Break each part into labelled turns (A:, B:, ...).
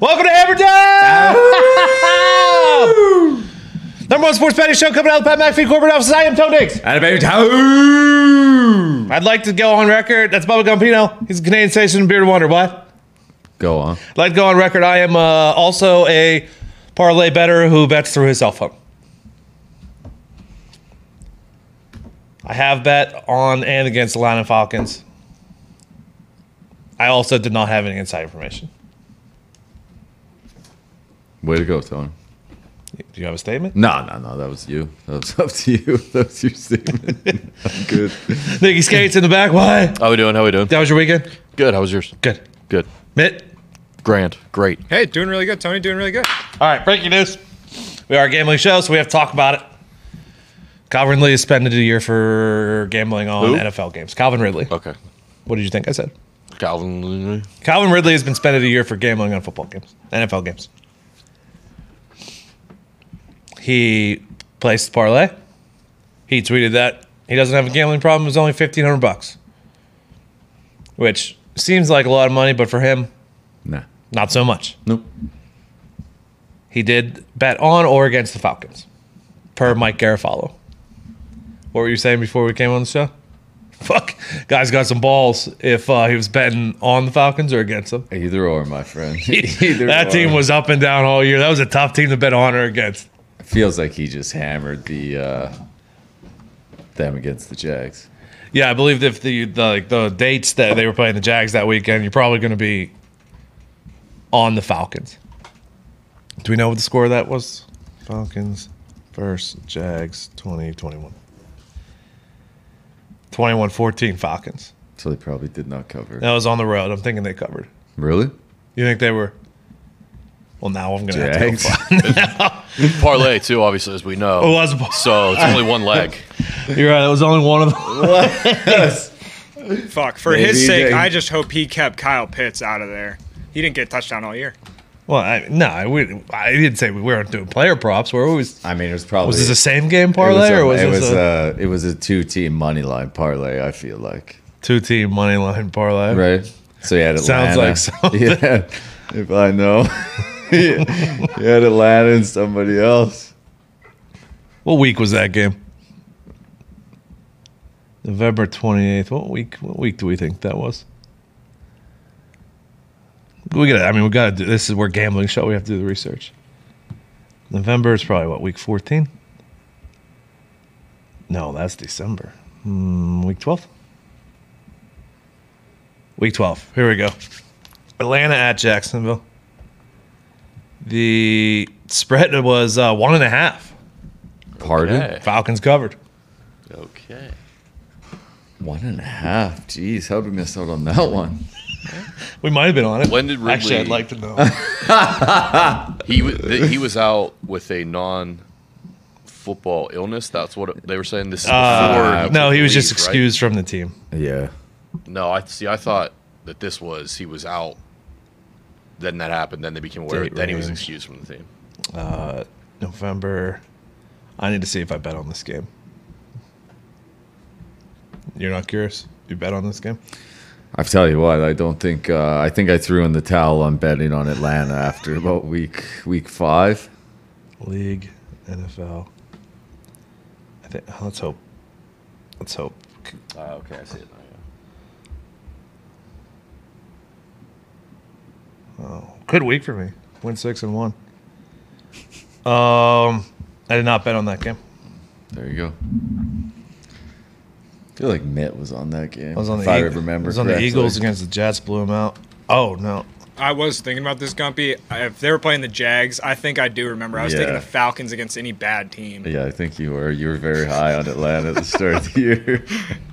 A: Welcome to Hammer Down! Number one sports betting show coming out of the Pat McAfee corporate offices. I am Tone Diggs.
B: And a baby toe.
A: I'd like to go on record. That's Bubba Gumpino. He's a Canadian station bearded wonder. What?
B: Go on.
A: I'd like to go on record. I am uh, also a parlay better who bets through his cell phone. I have bet on and against the Atlanta Falcons. I also did not have any inside information.
B: Way to go, Tony.
A: Do you have a statement?
B: No, no, no. That was you. That was up to you. That was your statement. I'm good.
A: Nicky Skates in the back. Why?
C: How we doing? How we doing?
A: That was your weekend?
C: Good. How was yours?
A: Good.
C: Good.
A: Mitt?
C: Grand. Great.
D: Hey, doing really good, Tony. Doing really good.
A: All right, breaking news. We are a gambling show, so we have to talk about it. Calvin Ridley is suspended a year for gambling on
C: Who?
A: NFL games. Calvin Ridley.
C: Okay.
A: What did you think I said?
C: Calvin.
A: Calvin Ridley has been suspended a year for gambling on football games, NFL games. He placed parlay. He tweeted that he doesn't have a gambling problem. It's only fifteen hundred bucks, which seems like a lot of money, but for him,
B: Nah.
A: not so much.
B: Nope.
A: He did bet on or against the Falcons, per Mike Garafalo. What were you saying before we came on the show? Fuck, guys got some balls. If uh, he was betting on the Falcons or against them,
B: Either or, my friend. Either
A: that
B: or.
A: team was up and down all year. That was a tough team to bet on or against.
B: Feels like he just hammered the uh, them against the Jags.
A: Yeah, I believe if the the, like, the dates that they were playing the Jags that weekend, you're probably going to be on the Falcons. Do we know what the score of that was? Falcons versus Jags 2021. 21 14 Falcons.
B: So they probably did not cover.
A: That was on the road. I'm thinking they covered.
B: Really?
A: You think they were? Well, now I'm going to have
B: Jags.
A: to.
C: Parlay too, obviously, as we know.
A: It was-
C: So it's only one leg.
A: You're right. It was only one of them.
D: Fuck. For
B: Maybe
D: his sake,
B: they-
D: I just hope he kept Kyle Pitts out of there. He didn't get a touchdown all year.
A: Well, I, no, I, we, I didn't say we weren't doing player props. Where we was
B: I mean, it was probably
A: was this a same game
B: it
A: parlay or was
B: it
A: this
B: was
A: a,
B: a, it was a two team money line parlay. I feel like.
A: two team money line parlay.
B: right? So you had Atlanta.
A: Sounds like something.
B: Yeah, if I know. you you had Atlanta and somebody else.
A: What week was that game? November twenty eighth. What week? What week do we think that was? We got. to I mean, we got to do this. Is we're gambling show. We have to do the research. November is probably what week fourteen. No, that's December. Hmm, week twelve. Week twelve. Here we go. Atlanta at Jacksonville. The spread was uh, one and a half.
B: Pardon?
C: Okay.
A: Falcons covered.
C: Okay.
B: One and a half. Jeez, how'd we miss out on that one?
A: We might have been on it.
C: When did Ridley-
A: Actually, I'd like to know.
C: He was he was out with a non football illness. That's what they were saying. This is before.
A: Uh,
C: took
A: no, he
C: the
A: was just
C: leave, right?
A: excused from the team.
B: Yeah.
C: No, I see. I thought that this was he was out. Then that happened. Then they became aware.
A: Date
C: Then he was
A: range.
C: excused from the team.
A: November. I need to see if I bet on this game. You're not curious? You bet on this game?
B: I tell you what, I don't think uh, I think I threw in the towel on betting on Atlanta after about week week five.
A: League, NFL. I think. Let's hope. Let's hope.
C: Uh, okay, I see it. Now,
A: Good week for me. Win six and one. Um, I did not bet on that game.
B: There you go. I feel like Mitt was on that game.
A: I was on the
B: if I
A: Eag-
B: remember
A: I was on the
B: correctly.
A: Eagles against the Jets. Blew them out. Oh no.
D: I was thinking about this, Gumpy. If they were playing the Jags, I think I do remember. I was taking
B: Yeah.
D: the Falcons against any bad team.
B: Yeah, I think you were. You were very high on Atlanta at the start of the year.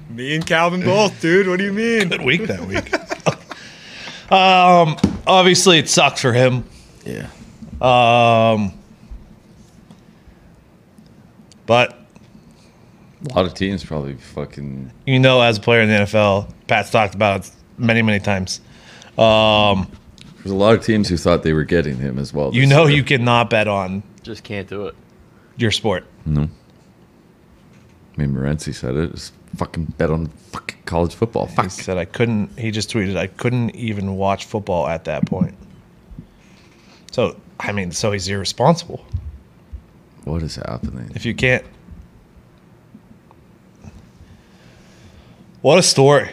D: Me and Calvin both, dude. What do you mean?
A: Good week that week. um, obviously it sucks for him.
B: Yeah.
A: But
B: A lot of teams probably fucking.
A: you know, as a player in the NFL, Pat's talked about it many, many times.
B: There's a lot of teams who thought they were getting him as well.
A: You
B: this
A: know,
B: year.
A: you cannot bet on
C: Just can't do it.
A: your sport.
B: I mean, Morency said it. Just fucking bet on fucking college football.
A: He
B: Fuck.
A: said I couldn't. He just tweeted, I couldn't even watch football at that point. So I mean, so he's irresponsible.
B: What is happening?
A: If you can't, what a story.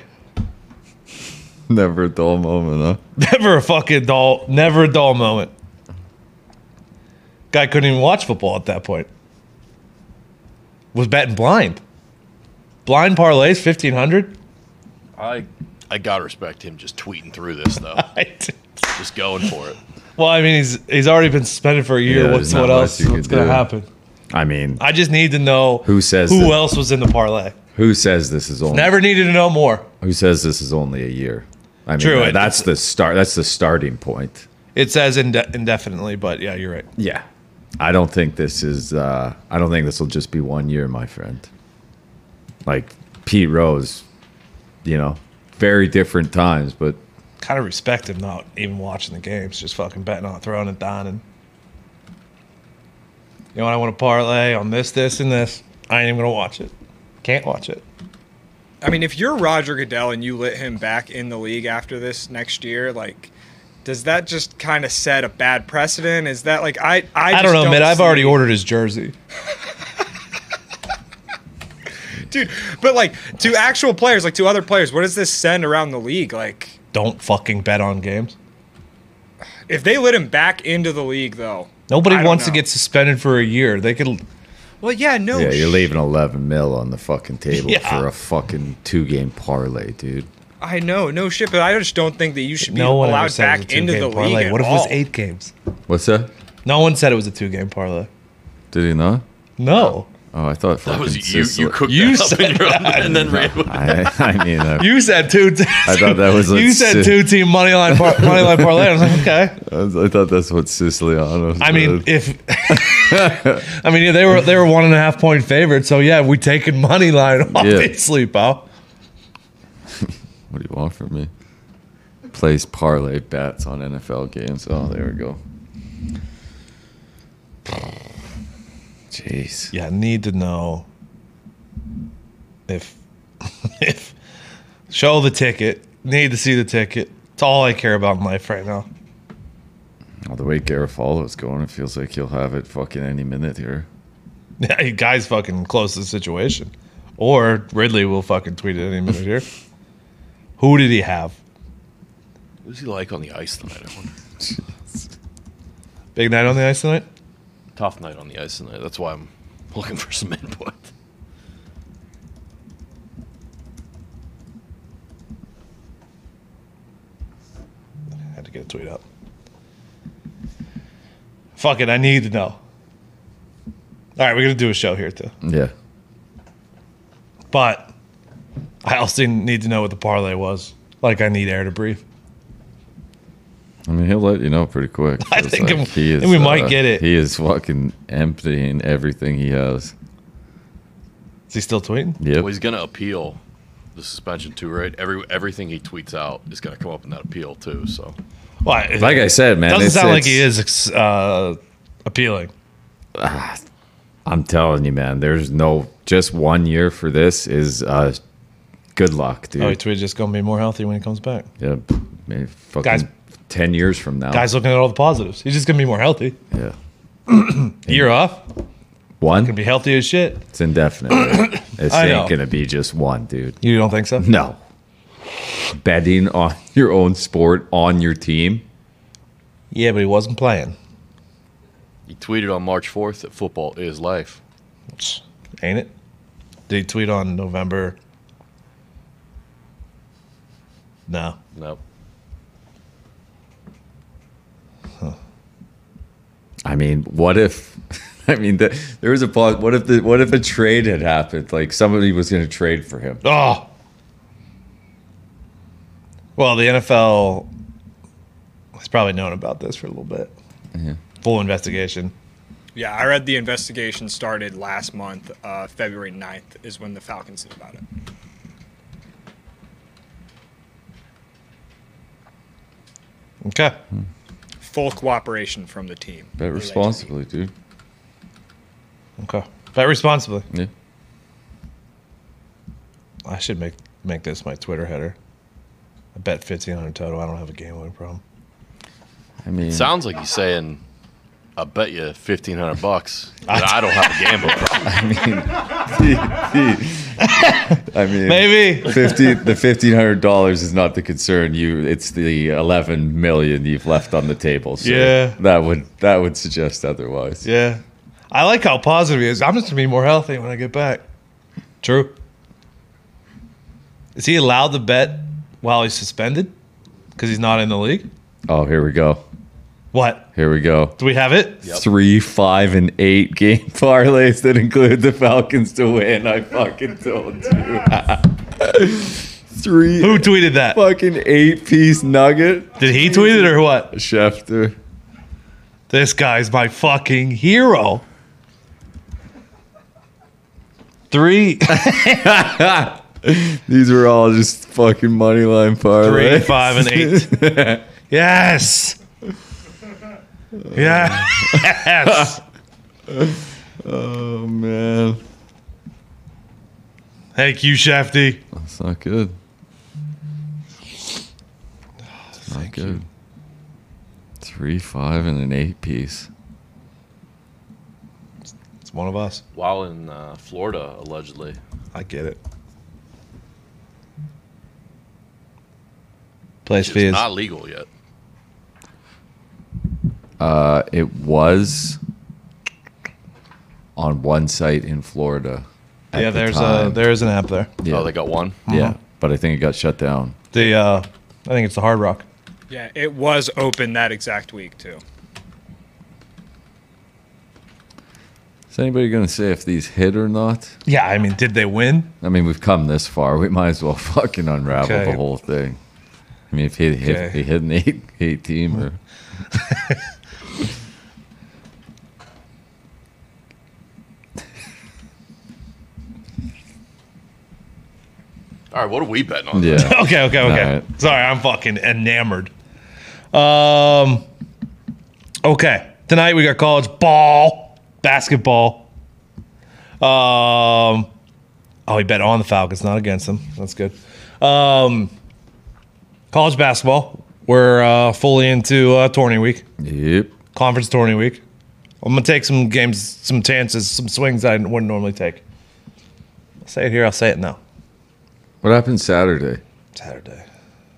B: Never a dull moment, huh?
A: Never a fucking dull, never a dull moment. Guy couldn't even watch football at that point. Was betting blind. Blind parlays, 1500.
C: I I gotta respect him just tweeting through this though, just going for it.
A: well, I mean, he's he's already been suspended for a year.
B: Yeah,
A: What's
B: there's not
A: what
B: much
A: else?
B: you
A: What's
B: could
A: going to
B: do.
A: happen?
B: I mean,
A: I just need to know
B: Who says
A: who
B: that?
A: else was in the parlay.
B: who says this is only
A: Never needed to know more.
B: who says this is only a year? I mean,
A: True,
B: that-
A: it-
B: that's the start. That's the starting point.
A: It says inde- indefinitely, but yeah, you're right.
B: Yeah, I don't think this is. Uh, I don't think this will just be one year, my friend. Like Pete Rose, you know, very different times, but
A: Kind of respect him not even watching the games, just fucking betting on throwing it down and. You know what? I want to parlay on this, this, and this. I ain't even gonna watch it. Can't watch it.
D: I mean, if you're Roger Goodell and you let him back in the league after this next year, like, does that just kind of set a bad precedent? Is that like I
A: I,
D: I, just
A: don't know, man. I've
D: see-
A: already ordered his jersey.
D: dude. But like to actual players, like to other players, what does this send around the league? Like,
A: Don't fucking bet on games.
D: if they let him back into the league, though, I
A: Nobody
D: don't
A: wants to
D: know.
A: get suspended for a year. They could.
D: Well, yeah, no.
B: yeah, you're
D: Oh, sh-
B: leaving 11 mil on the fucking table
A: Yeah.
B: for a fucking two game parlay, dude.
D: I know, no shit. But I just don't think that you should be
A: No one ever
D: allowed
A: said it was a
D: back into
A: two-game
D: the
A: parlay.
D: league.
A: What if
D: at
A: it was
D: all.
A: eight games?
B: What's that?
A: No one said it was a two-game parlay.
B: Did he not?
A: No.
B: Oh, I thought
C: That
B: fucking
C: was you. You
B: Sicily-
C: cooked
A: You
C: that up
A: said
C: in your own- and then ran with it.
B: I, I mean, I,
A: You said two. Te- I
B: thought that was
A: you
B: like
A: said
B: si-
A: two team money line par- money line parlay. I was like, okay.
B: I was- I thought that's what Siciliano.
A: I mean,
B: said.
A: if I mean yeah, they were they were one and a half point favorite, so yeah, we taking money line obviously, pal.
B: what do you want from me? Place parlay bets on NFL games. Oh, there we go. Jeez.
A: Yeah, need to know if if show the ticket. Need to see the ticket. It's all I care about in life right now.
B: Well, the way Garofalo's going, it feels like he'll have it fucking any minute here.
A: Yeah, you guys fucking close to the situation. Or Ridley will fucking tweet it any minute here. Who did he have?
C: Who's he like on the ice tonight? I wonder.
A: Big night on the ice tonight?
C: Tough night on the ice tonight. That's why I'm looking for some input.
A: had to get a tweet up. Fuck it, I need to know. All right, we're gonna do a show here too,
B: Yeah.
A: but I also need to know what the parlay was. Like, I need air to breathe.
B: I mean, he'll let you know pretty quick.
A: I
B: Feels
A: think I'm- I think we might get it.
B: uh, He is fucking emptying everything he has.
A: Is he still tweeting?
B: Yep.
C: Well, he's gonna appeal the suspension too, right? Every everything he tweets out is gonna come up in that appeal too. So
A: Well, it
B: Like I said, man,
A: doesn't
B: it's-
A: sound like
B: it's-
A: he is ex- uh, appealing.
B: Ah, I'm telling you, man. There's no just one year for this. Is uh, good luck, dude.
A: Oh, he tweeted just gonna be more healthy when he comes back.
B: Yeah, maybe fucking
A: Guys-
B: ten years from now.
A: Guys, looking at all the positives, he's just gonna be more healthy.
B: yeah,
A: Year off,
B: one.
A: gonna be healthy as shit.
B: It's indefinite. it's
A: I know.
B: ain't gonna be just one, dude.
A: You don't think so?
B: No, betting on your own sport on your team.
A: Yeah, but he wasn't playing.
C: he tweeted on March fourth that football is life.
A: Psh, Ain't it? Did he tweet on November? No.
C: No,
B: I mean, what if? I mean, the, there was a pause. What if the what if a trade had happened? Like somebody was gonna trade for him.
A: Oh. Well, the NFL has probably known about this for a little bit. Full investigation.
D: Yeah, I read the investigation started last month. Uh, February 9th is when the Falcons did about it.
A: Okay.
D: Full cooperation from the team.
B: Bet responsibly, dude.
A: Okay. Bet responsibly.
B: Yeah.
A: I should make make this my Twitter header. I bet fifteen hundred total. I don't have a game winning problem.
B: I mean,
C: Sounds like he's saying, "I bet you fifteen hundred bucks that I don't have a gambling problem."
B: I mean,
A: Maybe.
B: fifty the fifteen hundred dollars is not the concern. You, it's the eleven million you've left on the table. So
A: Yeah.
B: that would that would suggest otherwise.
A: Yeah. I like how positive he is. I'm just gonna be more healthy when I get back. True. Is he allowed to bet while he's suspended? Because he's not in the league?
B: Oh, here we go.
A: What?
B: Here we go.
A: Do we have it?
C: Yep.
B: Three, five, and eight game parlays that include the Falcons to win. I fucking told you. Three
A: Who tweeted that?
B: fucking eight piece nugget.
A: Did he tweet it or what?
B: Schefter.
A: This guy's my fucking hero. Three,
B: These were all just fucking money line parlays.
A: three, five, and eight. Yes. Yes.
B: Oh man,
A: Thank you, Shafty.
B: that's not good. It's not good. Three, five, and an eight piece.
A: It's one of us.
C: While in uh, Florida, allegedly,
A: I get it. Place
C: it's
A: fees.
C: not legal yet.
B: Uh, it was on one site in Florida. at
A: yeah,
B: the
A: there's a Uh-huh.
B: time.
A: there's an app there.
B: Yeah,
C: Oh, they got one.
B: yeah, but I think it got shut down.
A: The uh, I think it's the Hard Rock.
D: Yeah, it was open that exact week too.
B: Is anybody gonna say if these hit or not?
A: Yeah, I mean, did they win?
B: I mean, we've come this far. We might as well fucking unravel
A: Okay.
B: the whole thing. I mean, if he hit,
A: Okay.
B: he hit an eight, eight teamer.
C: All right, what are we betting on?
B: Yeah.
A: Okay, okay, okay.
B: All right.
A: Sorry, I'm fucking enamored. Um. Okay, tonight we got college ball, basketball. Um. Oh, he bet on the Falcons, not against them. That's good. Um. College basketball. We're uh, fully into uh, tourney week,
B: Yep.
A: conference tourney week. I'm gonna take some games, some chances, some swings I wouldn't normally take. I'll say it here. I'll say it now.
B: What happened Saturday?
A: Saturday.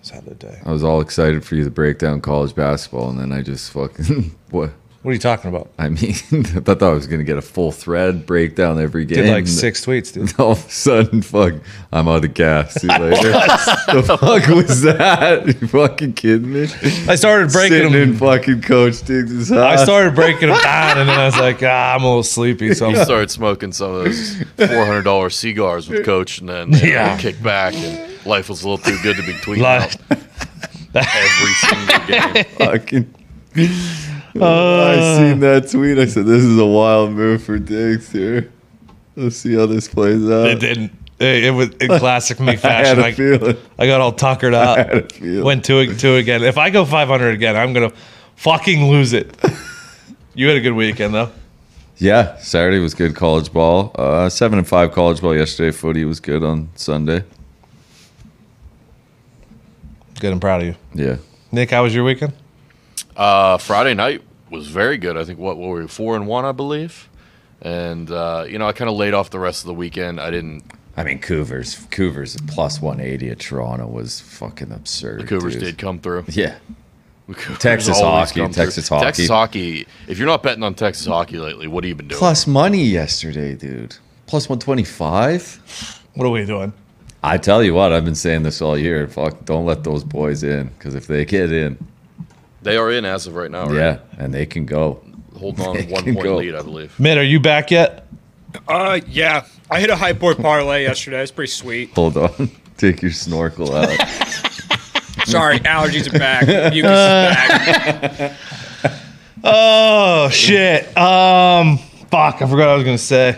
A: Saturday.
B: I was all excited for you to break down college basketball, and then I just fucking what?
A: What are you talking about?
B: I mean, I thought I was gonna get a full thread breakdown every game.
A: did like
B: and
A: six tweets, dude.
B: All of a sudden, fuck! I'm out of gas. See you later. the fuck was that? You fucking kidding me?
A: I started breaking
B: Sitting in
A: them.
B: fucking Coach Diggs' house.
A: I started breaking them down, and then I was like, ah, I'm a little sleepy. So
C: You
A: I'm-
C: started smoking some of those four hundred dollars cigars with Coach, and then they
A: Yeah.
C: kicked back, and life was a little too good to be tweeting
A: Like-
C: out every single game.
B: fucking.
A: Uh.
B: I seen that tweet. I said, "This is a wild move for Diggs here. Let's see how this plays out."
A: it didn't. It, it was in classic me
B: I had
A: fashion.
B: a
A: I,
B: feeling.
A: I got all tuckered
B: I had a
A: up.
B: feeling.
A: Went two ag- two again. If I go 500 again, I'm gonna fucking lose it. You had a good weekend though.
B: Yeah, Saturday was good college ball. Uh, seven and five college ball yesterday. Footy was good on Sunday.
A: Good. I'm proud of you,
B: Yeah,
A: Nick. How was your weekend?
C: Uh, Friday night was very good. I think what, what were we four and one, I believe. And uh, you know, I kind of laid off the rest of the weekend. I didn't.
B: I mean Cougars. Cougars plus one eighty at Toronto was fucking absurd.
C: The Cougars did come through.
B: Yeah,
C: The Cougars
B: Texas
C: always
B: hockey,
C: come through.
B: Texas hockey.
C: Texas hockey. If you're not betting on Texas hockey lately, what have you been doing?
B: plus money yesterday, dude. Plus one twenty five.
A: What are we doing?
B: I tell you what, I've been saying this all year. Fuck, don't let those boys in because if they get in,
C: They are in as of right now. Right?
B: yeah, and they can go.
C: Holding on
B: They
C: one
B: can
C: point
B: go.
C: lead, I believe.
A: Mitt, are you back yet?
D: Uh, yeah, I hit a high board parlay yesterday. It's pretty sweet.
B: Hold on, take your snorkel out.
D: Sorry, allergies are back. Mucus is back.
A: Oh shit. Um, fuck. I forgot what I was gonna say.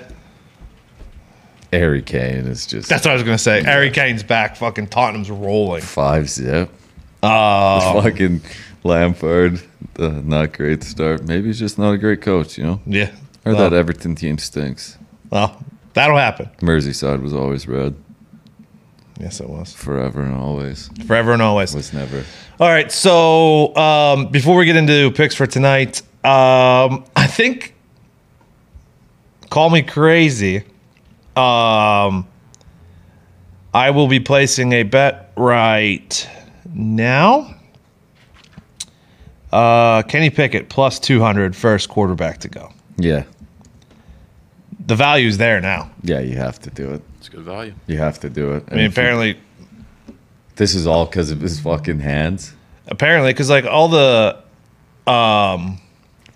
B: Harry Kane is just
A: That's what I was gonna say. Harry Kane's back. Fucking Tottenham's rolling.
B: five zip.
C: Oh.
A: Uh,
B: fucking Lampard, uh, not great start. Maybe he's just not a great coach, you know?
A: yeah.
B: Or
A: Well,
B: that Everton team stinks.
A: Well, that'll happen.
B: Merseyside was always red.
A: Yes, it was.
B: forever and always.
A: Forever and always.
B: Was never.
A: All right. So um, before we get into picks for tonight, um, I think call me crazy. Um, I will be placing a bet right now. Uh, Kenny Pickett plus 200 first quarterback to go.
B: Yeah,
A: The value's there now.
B: yeah. You have to do it.
C: It's good value.
B: You have to do it.
A: I mean, apparently,
B: this is all because of his fucking hands.
A: apparently, because like all the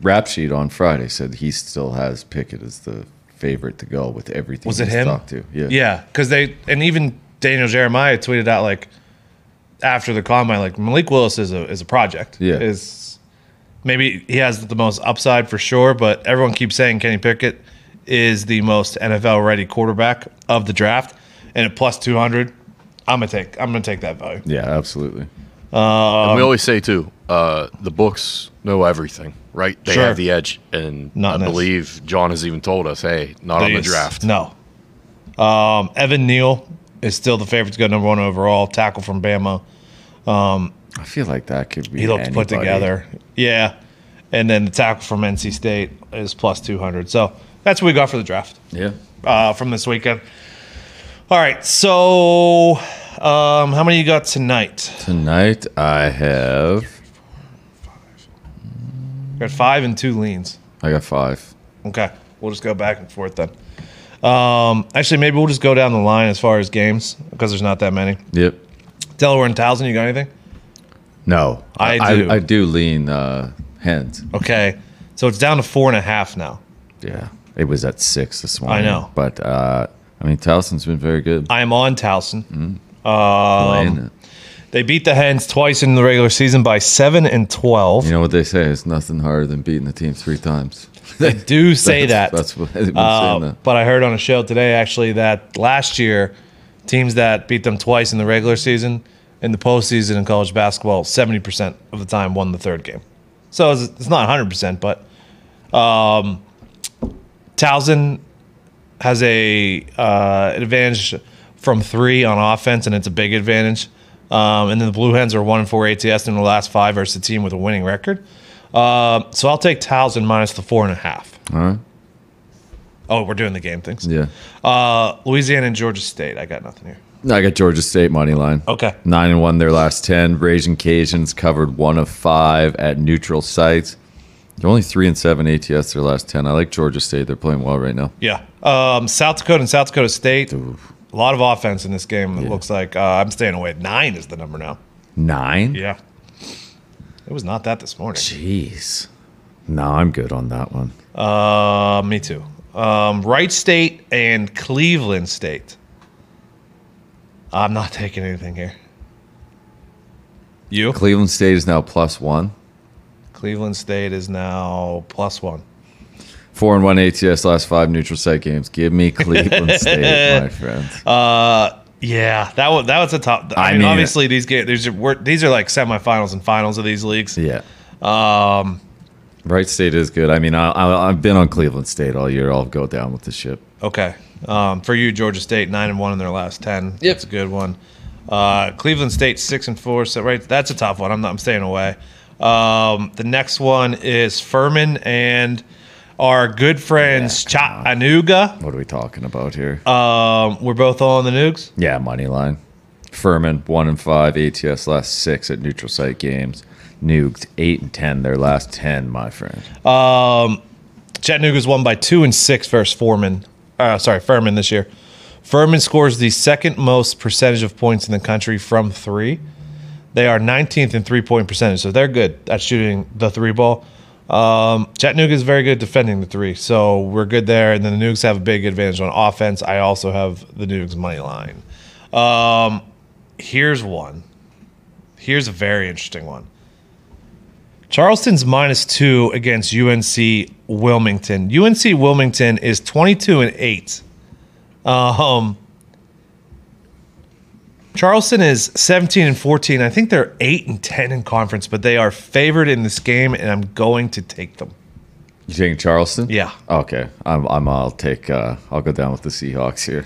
B: Rap sheet on Friday said he still has Pickett as the favorite to go with everything.
A: Was it
B: he's
A: him?
B: talked to. Yeah.
A: Yeah, because they and even Daniel Jeremiah tweeted out like after the combine, like Malik Willis is a is a project.
B: Yeah.
A: is maybe he has the most upside for sure, but everyone keeps saying Kenny Pickett is the most NFL ready quarterback of the draft, and at plus two hundred, I'm gonna take I'm gonna take that value.
B: Yeah, absolutely.
C: and
B: Um,
C: we always say too, uh, the books know everything, right? They
A: Sure.
C: have the edge, and
A: Not
C: I
A: in this.
C: believe John has even told us, "Hey, not on the
A: Yes.
C: draft."
A: No. Um, Evan Neal is still the favorite to go number one overall tackle from Bama.
B: I feel like that could be.
A: He looked put
B: anybody.
A: together. Yeah. And then the tackle from NC State is plus 200. So that's what we got for the draft
B: Yeah.
A: uh, from this weekend. All right. So um, how many you got tonight?
B: Tonight I have.
A: You got five and two leans.
B: I got five.
A: Okay. We'll just go back and forth then. Um, actually, maybe we'll just go down the line as far as games because there's not that many.
B: Yep.
A: Delaware and Towson, you got anything?
B: No.
A: I do.
B: I, do lean uh, hands.
A: Okay. So it's down to four and a half now.
B: Yeah. It was at six this morning.
A: know.
B: But uh, I mean, Towson's been very good.
A: I am on Towson. Um,
B: playing it.
A: They beat the Hens twice in the regular season by seven and twelve.
B: You know what they say? It's nothing harder than beating the team three times.
A: They do say
B: That's-
A: that.
B: That's what they've been
A: Uh,
B: saying. That.
A: but I heard on a show today actually that last year, teams that beat them twice in the regular season, in the postseason in college basketball, seventy percent of the time won the third game. So it's, it's not hundred percent, but um, Towson has a uh, advantage from three on offense, and it's a big advantage. Um, and then the Blue Hens are one and four ATS in the last five versus a team with a winning record. Uh, so I'll take Towson minus the four and a half.
B: All right.
A: Oh, we're doing the game things.
B: Yeah.
A: Uh, Louisiana and Georgia State. I got nothing here.
B: No, I got Georgia State money line.
A: Okay.
B: Nine and one their last ten. Raging Cajuns covered one of five at neutral sites. They're only three and seven ATS their last ten. I like Georgia State. They're playing well right now.
A: Yeah. Um, South Dakota and South Dakota State. A lot of offense in this game. It looks like uh, I'm staying away. Nine is the number now.
B: Nine.
A: Yeah. It was not that this morning.
B: Jeez. No, I'm good on that one.
A: Uh, me too. Um, Wright State and Cleveland State. I'm not taking anything here. You?
B: Cleveland State is now plus one.
A: Cleveland State is now plus one.
B: Four and one ATS last five neutral site games. Give me Cleveland State, my friends.
A: Uh, Yeah, that was that was a top. I,
B: I
A: mean,
B: mean-
A: obviously these games these are we're, these are like semifinals and finals of these leagues.
B: yeah. Um, Wright State is good. I mean, I, I, I've been on Cleveland State all year. I'll go down with the ship.
A: Okay, um, for you, Georgia State nine and one in their last ten. that's a good one. Uh, Cleveland State six and four. So right, that's a tough one. I'm not. I'm staying away. Um, the next one is Furman and our good friends Chattanooga.
B: What are we talking about here?
A: Um, we're both on the Nukes.
B: yeah, money line. Furman one and five ATS last six at neutral site games. Nuked eight and ten their last ten, my friend.
A: Chattanooga's won by two and six versus Foreman. Uh, sorry, Furman this year. Furman scores the second most percentage of points in the country from three. They are 19th in three point percentage, so they're good at shooting the three ball. Um, Chattanooga is very good defending the three, so we're good there. And then the Nukes have a big advantage on offense. I also have the Nukes money line. Um, here's one. Here's a very interesting one. Charleston's minus two against UNC Wilmington. UNC Wilmington is 22 and eight. Um, Charleston is 17 and 14. I think they're eight and 10 in conference, but they are favored in this game, and I'm going to take them.
B: You taking Charleston?
A: Yeah.
B: Okay. I'm. I'm. I'll take. Uh, I'll go down with the Seahawks here.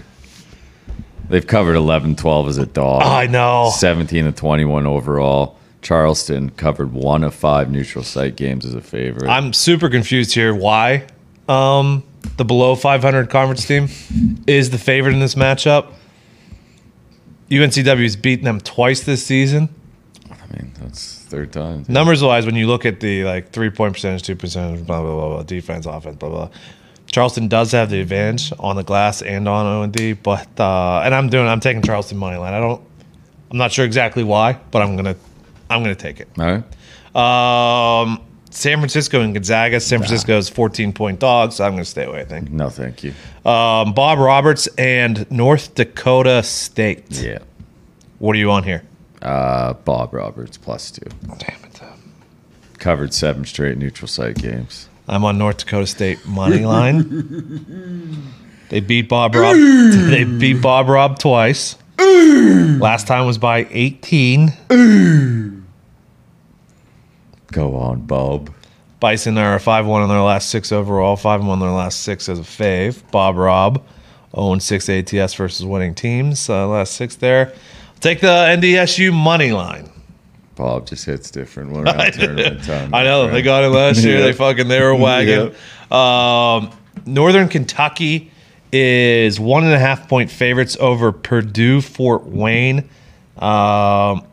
B: They've covered 11 12 as a dog.
A: I know.
B: 17 to 21 overall. Charleston covered one of five neutral site games as a favorite.
A: I'm super confused here. Why um, the below 500 conference team is the favorite in this matchup? UNCW's beaten them twice this season.
B: I mean, that's third time.
A: Numbers wise, when you look at the like three point percentage, two percentage, blah blah blah, blah defense, offense, blah blah. Charleston does have the advantage on the glass and on O and D, but uh, and I'm doing I'm taking Charleston money line. I don't, I'm not sure exactly why, but I'm gonna, I'm gonna take it.
B: All right.
A: Um, San Francisco and Gonzaga. San Francisco's 14 point dogs. So I'm going to stay away, I think.
B: No, thank you.
A: Um, Bob Roberts and North Dakota State.
B: Yeah.
A: What are you on here?
B: Uh, Bob Roberts plus two.
A: Damn it.
B: Covered seven straight neutral site games.
A: I'm on North Dakota State money line. they beat Bob Rob. they beat Bob Rob twice. Last time was by 18.
B: Go on, Bob.
A: Bison are 5 1 in their last six overall, 5 1 in their last six as a fave. Bob Rob, 0 6 ATS versus winning teams. Uh, last six there. Take the NDSU money line.
B: Bob just hits different when around tournament time.
A: I know.
B: my
A: They
B: friend.
A: got it last year. They
B: Yeah.
A: fucking they were wagging. Um, Northern Kentucky is one and a half point favorites over Purdue Fort Wayne. Um,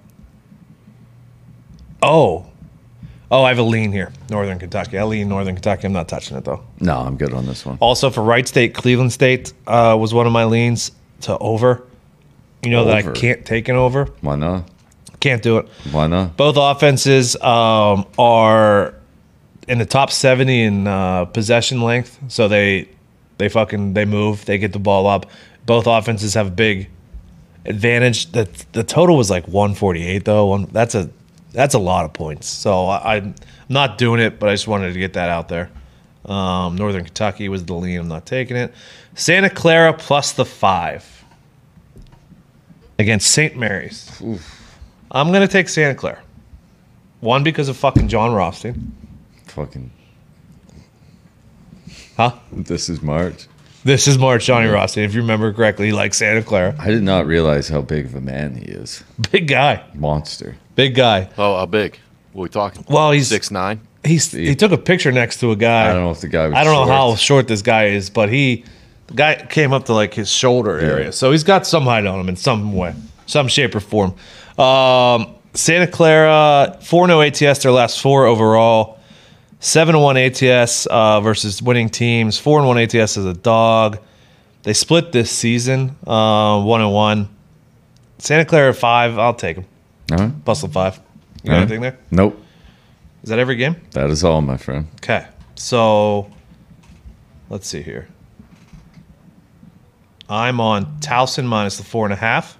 A: oh. Oh, I have a lean here. Northern Kentucky. I lean Northern Kentucky. I'm not touching it though.
B: No, I'm good on this one.
A: Also for Wright State, Cleveland State uh, was one of my leans to over. You know that I
B: Over.
A: can't take an over.
B: Why not?
A: Can't do it.
B: Why not?
A: Both offenses um, are in the top 70 in uh, possession length, so they they fucking they move, they get the ball up. Both offenses have a big advantage. The the total was like 148 though. One, that's a that's a lot of points. So I, I'm not doing it, but I just wanted to get that out there. Um, Northern Kentucky was the lean. I'm not taking it. Santa Clara plus the five against St. Mary's. I'm gonna take Santa Clara. One because of fucking John Rothstein,
B: Fucking.
A: huh?
B: This is March.
A: This is March Johnny Rothstein. If you remember correctly, he likes Santa Clara.
B: I did not realize how big of a man he is.
A: Big guy,
B: Monster.
A: big guy.
C: Oh, how big? What are we talking?
A: Well, he's
C: six nine.
A: he's he took a picture next to a guy.
B: I don't know if the guy was.
A: I don't know how
B: short.
A: short this guy is, but he the guy came up to like his shoulder area, so he's got some height on him in some way, some shape or form. Um, Santa Clara four 0 ATS their last four overall, seven one ATS uh, versus winning teams, four and one ATS as a dog. They split this season, uh, one and one. Santa Clara at five, I'll take them.
B: All right.
A: Bustle five. You got
B: All right.
A: anything there?
B: Nope.
A: Is that every game?
B: That is all, my friend.
A: Okay, so let's see here. I'm on Towson minus the four and a half,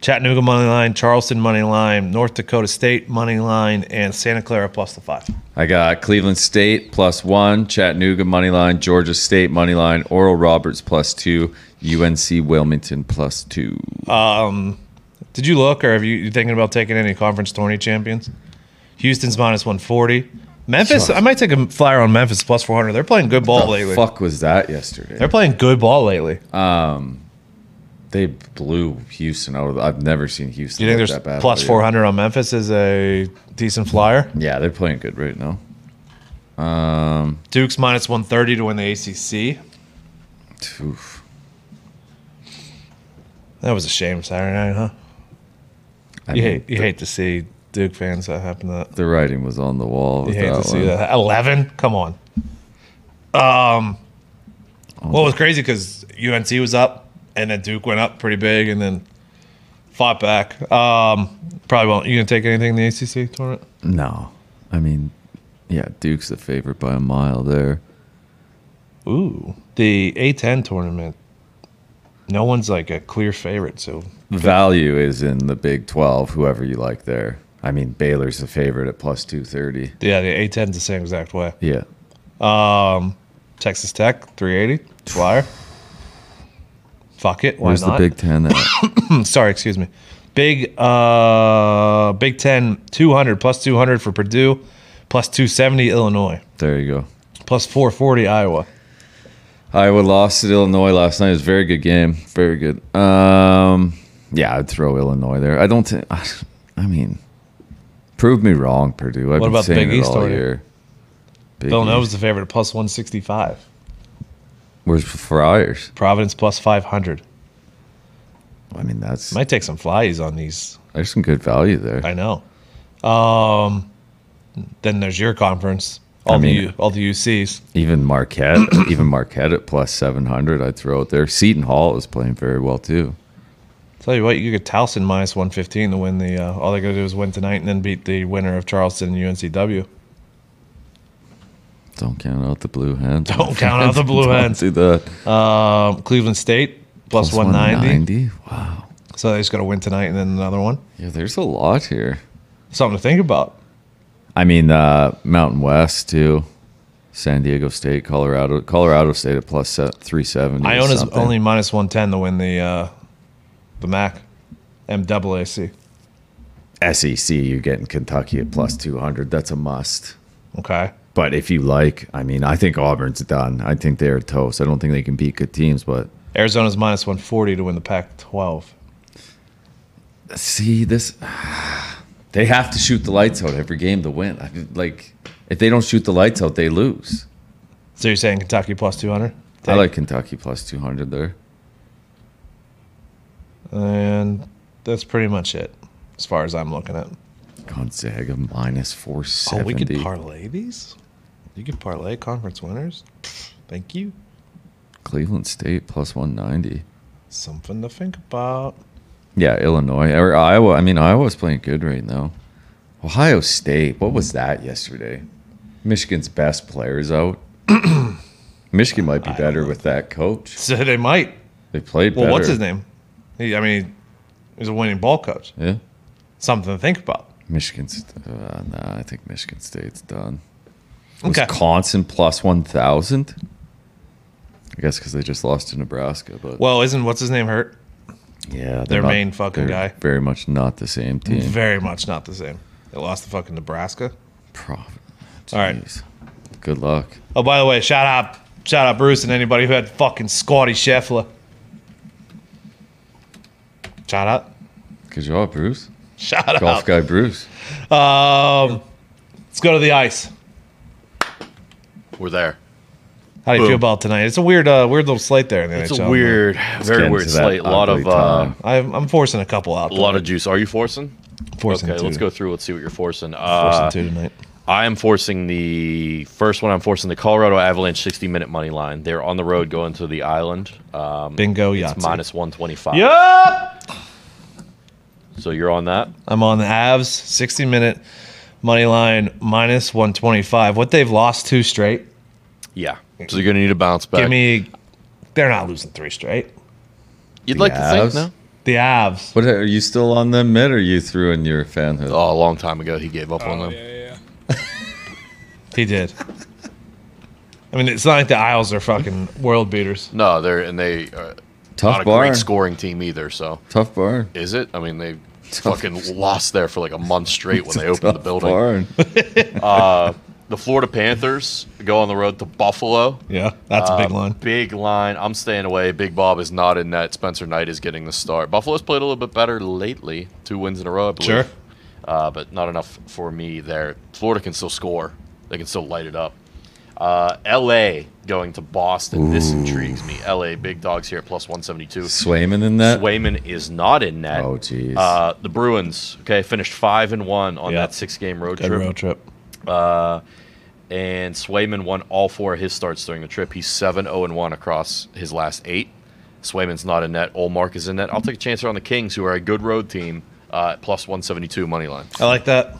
A: Chattanooga money line, Charleston money line, North Dakota State money line, and Santa Clara plus the five.
B: I got Cleveland State plus one, Chattanooga money line, Georgia State money line, Oral Roberts plus two, UNC Wilmington plus two.
A: Did you look, or have you you thinking about taking any conference tourney champions? Houston's minus one forty. Memphis, I might take a flyer on Memphis plus four hundred. They're playing good ball
B: the
A: lately.
B: fuck was that yesterday?
A: They're playing good ball lately.
B: They blew Houston out. Of the, I've never seen Houston.
A: Do you think
B: look
A: there's
B: that bad
A: plus
B: all year.
A: four hundred on Memphis is a decent flyer?
B: Yeah, they're playing good right now.
A: Duke's minus one thirty to win the ACC.
B: Oof.
A: That was a shame Saturday night, huh?
B: I
A: You
B: mean,
A: hate you hate to see Duke fans that happen to
B: the writing was on the wall.
A: you
B: With
A: hate
B: that
A: to see
B: one.
A: that. Eleven? Come on.
B: Oh.
A: Um Well it was crazy because UNC was up and then Duke went up pretty big and then fought back. Um probably won't you gonna take anything in the ACC tournament?
B: No, I mean, yeah, Duke's the favorite by a mile there.
A: Ooh. The A ten tournament. No one's like a clear favorite, so
B: Value is in the Big Twelve. Whoever you like there. I mean, Baylor's the favorite at plus two thirty.
A: yeah, the A ten's the same exact way.
B: Yeah.
A: Texas Tech, three eighty, flyer. Fuck it, why
B: Where's
A: not? Hmm,
B: the Big Ten at?
A: sorry, excuse me. Big uh Big 10 200 plus 200 for Purdue, plus 270 Illinois,
B: there you go.
A: plus 440 Iowa.
B: Iowa lost to Illinois last night. It was a very good game. Very good. Um, yeah, I'd throw Illinois there. I don't think. I mean, prove me wrong, Purdue. I've
A: What
B: been
A: about the
B: saying
A: Big
B: it
A: East
B: all
A: already?
B: year. Big E.
A: Villanova's
B: East.
A: the favorite at plus 165.
B: Where's Friars?
A: Providence plus 500.
B: I mean, that's
A: Might take some flies on these.
B: there's some good value there.
A: I know. Um, then there's your conference. All
B: I mean-
A: the U, all the UCs.
B: Even Marquette, even Marquette at plus seven hundred, I'd throw it there. Seton Hall is playing very well too.
A: Tell you what, you get Towson minus 115 to win the. Uh, all they got to do is win tonight and then beat the winner of Charleston and UNCW.
B: Don't count out the blue hens.
A: Don't count out the blue
B: Don't
A: hens.
B: Do that.
A: Um, Cleveland State plus, plus 190.
B: 190? Wow.
A: So they just got to win tonight and then another one.
B: Yeah, there's a lot here.
A: Something to think about.
B: I mean, uh, Mountain West too. San Diego State, Colorado, Colorado State at plus se- 370. or
A: Iona's
B: something.
A: only minus 110 to win the uh, the MAC, MAAC.
B: SEC. You're getting Kentucky at plus 200. That's a must.
A: Okay.
B: But if you like, I mean, I think Auburn's done. I think they're toast. I don't think they can beat good teams. But
A: Arizona's minus 140 to win the Pac 12.
B: see, this they have to shoot the lights out every game to win. I, like, if they don't shoot the lights out, they lose.
A: So you're saying Kentucky plus 200?
B: I like Kentucky plus 200 there.
A: And that's pretty much it as far as I'm looking at.
B: Gonzaga minus 470.
A: Oh, we could parlay these? You could parlay conference winners? Pfft, Thank you.
B: Cleveland State plus 190.
A: Something to think about.
B: Yeah, Illinois or Iowa. I mean, Iowa's playing good right now. Ohio State. What was that yesterday? Michigan's best players out. Michigan might be better with that coach.
A: So they might.
B: They played
A: Well,
B: better.
A: what's his name? He, I mean, he's a winning ball coach.
B: Yeah,
A: Something to think about.
B: Michigan's. Uh, nah, I think Michigan State's done.
A: Okay.
B: Wisconsin plus one thousand. I guess because they just lost to Nebraska, but
A: Well, isn't what's his name hurt?
B: yeah,
A: their
B: they're
A: main fucking
B: they're
A: guy.
B: Very much not the same team.
A: Very much not the same. They lost to fucking Nebraska.
B: Prof-
A: All right.
B: Jeez. Good luck.
A: Oh, by the way, shout out, shout out Bruce and anybody who had fucking Scotty Scheffler. Shout out,
B: Good job, Bruce.
C: Oh.
A: shout
B: Golf
A: out.
B: guy, Bruce.
A: Um, let's go to the ice.
C: We're there.
A: How do you
C: Boom.
A: feel about tonight? It's a weird, uh, weird little slate there in the
C: It's
A: NHL.
C: a weird, very
B: Getting
C: weird
B: to that
C: slate. A lot
B: ugly
C: of uh,
B: time.
A: I'm, I'm forcing a couple out.
C: a lot of juice. Are you forcing?
A: forcing
C: okay,
A: two.
C: let's go through. Let's see what you're forcing.
A: Forcing
C: Uh,
A: two tonight.
C: I am forcing the first one. I'm forcing the Colorado Avalanche 60 minute money line. They're on the road going to the island. Um,
A: Bingo,
C: it's
A: Yahtzee.
C: minus 125.
A: Yup.
C: So you're on that.
A: I'm on the Avs 60 minute money line minus 125. What they've lost two straight.
C: Yeah. So you're gonna need a bounce back.
A: Give me. They're not losing three straight.
C: You'd like to
B: Yes.
C: think no.
A: The Avs.
B: What are you still on them, mid? Or are you through in your fanhood?
C: Oh, a long time ago he gave up on
D: Oh,
C: them.
D: yeah, yeah.
A: He did. I mean, it's not like the Isles are fucking world beaters.
C: No, they're and they are not
B: tough
C: a
B: barn.
C: great scoring team either. So
B: Tough barn.
C: is it? I mean they fucking lost there for like a month straight when they opened the
B: Tough
C: building.
B: barn.
C: The Florida Panthers go on the road to Buffalo.
A: Yeah, that's a big
C: Uh,
A: line.
C: Big line. I'm staying away. Big Bob is not in net. Spencer Knight is getting the start. Buffalo's played a little bit better lately. Two wins in a row, I believe.
A: Sure.
C: Uh, but not enough for me there. Florida can still score. They can still light it up. Uh, L.A. going to Boston. This intrigues me. L.A. Big Dogs here at plus 172.
B: Swayman in that.
C: Swayman is not in net.
B: Oh, jeez.
C: Uh, the Bruins, okay, finished five and one on
A: Yeah.
C: that six-game road
A: Good
C: trip
A: road trip.
C: and Swayman won all four of his starts during the trip. He's 7 0 and 1 across his last eight. Swayman's not in net. Olmark is in net. I'll take a chance on the Kings, who are a good road team, uh, at plus 172 money line.
A: I like that.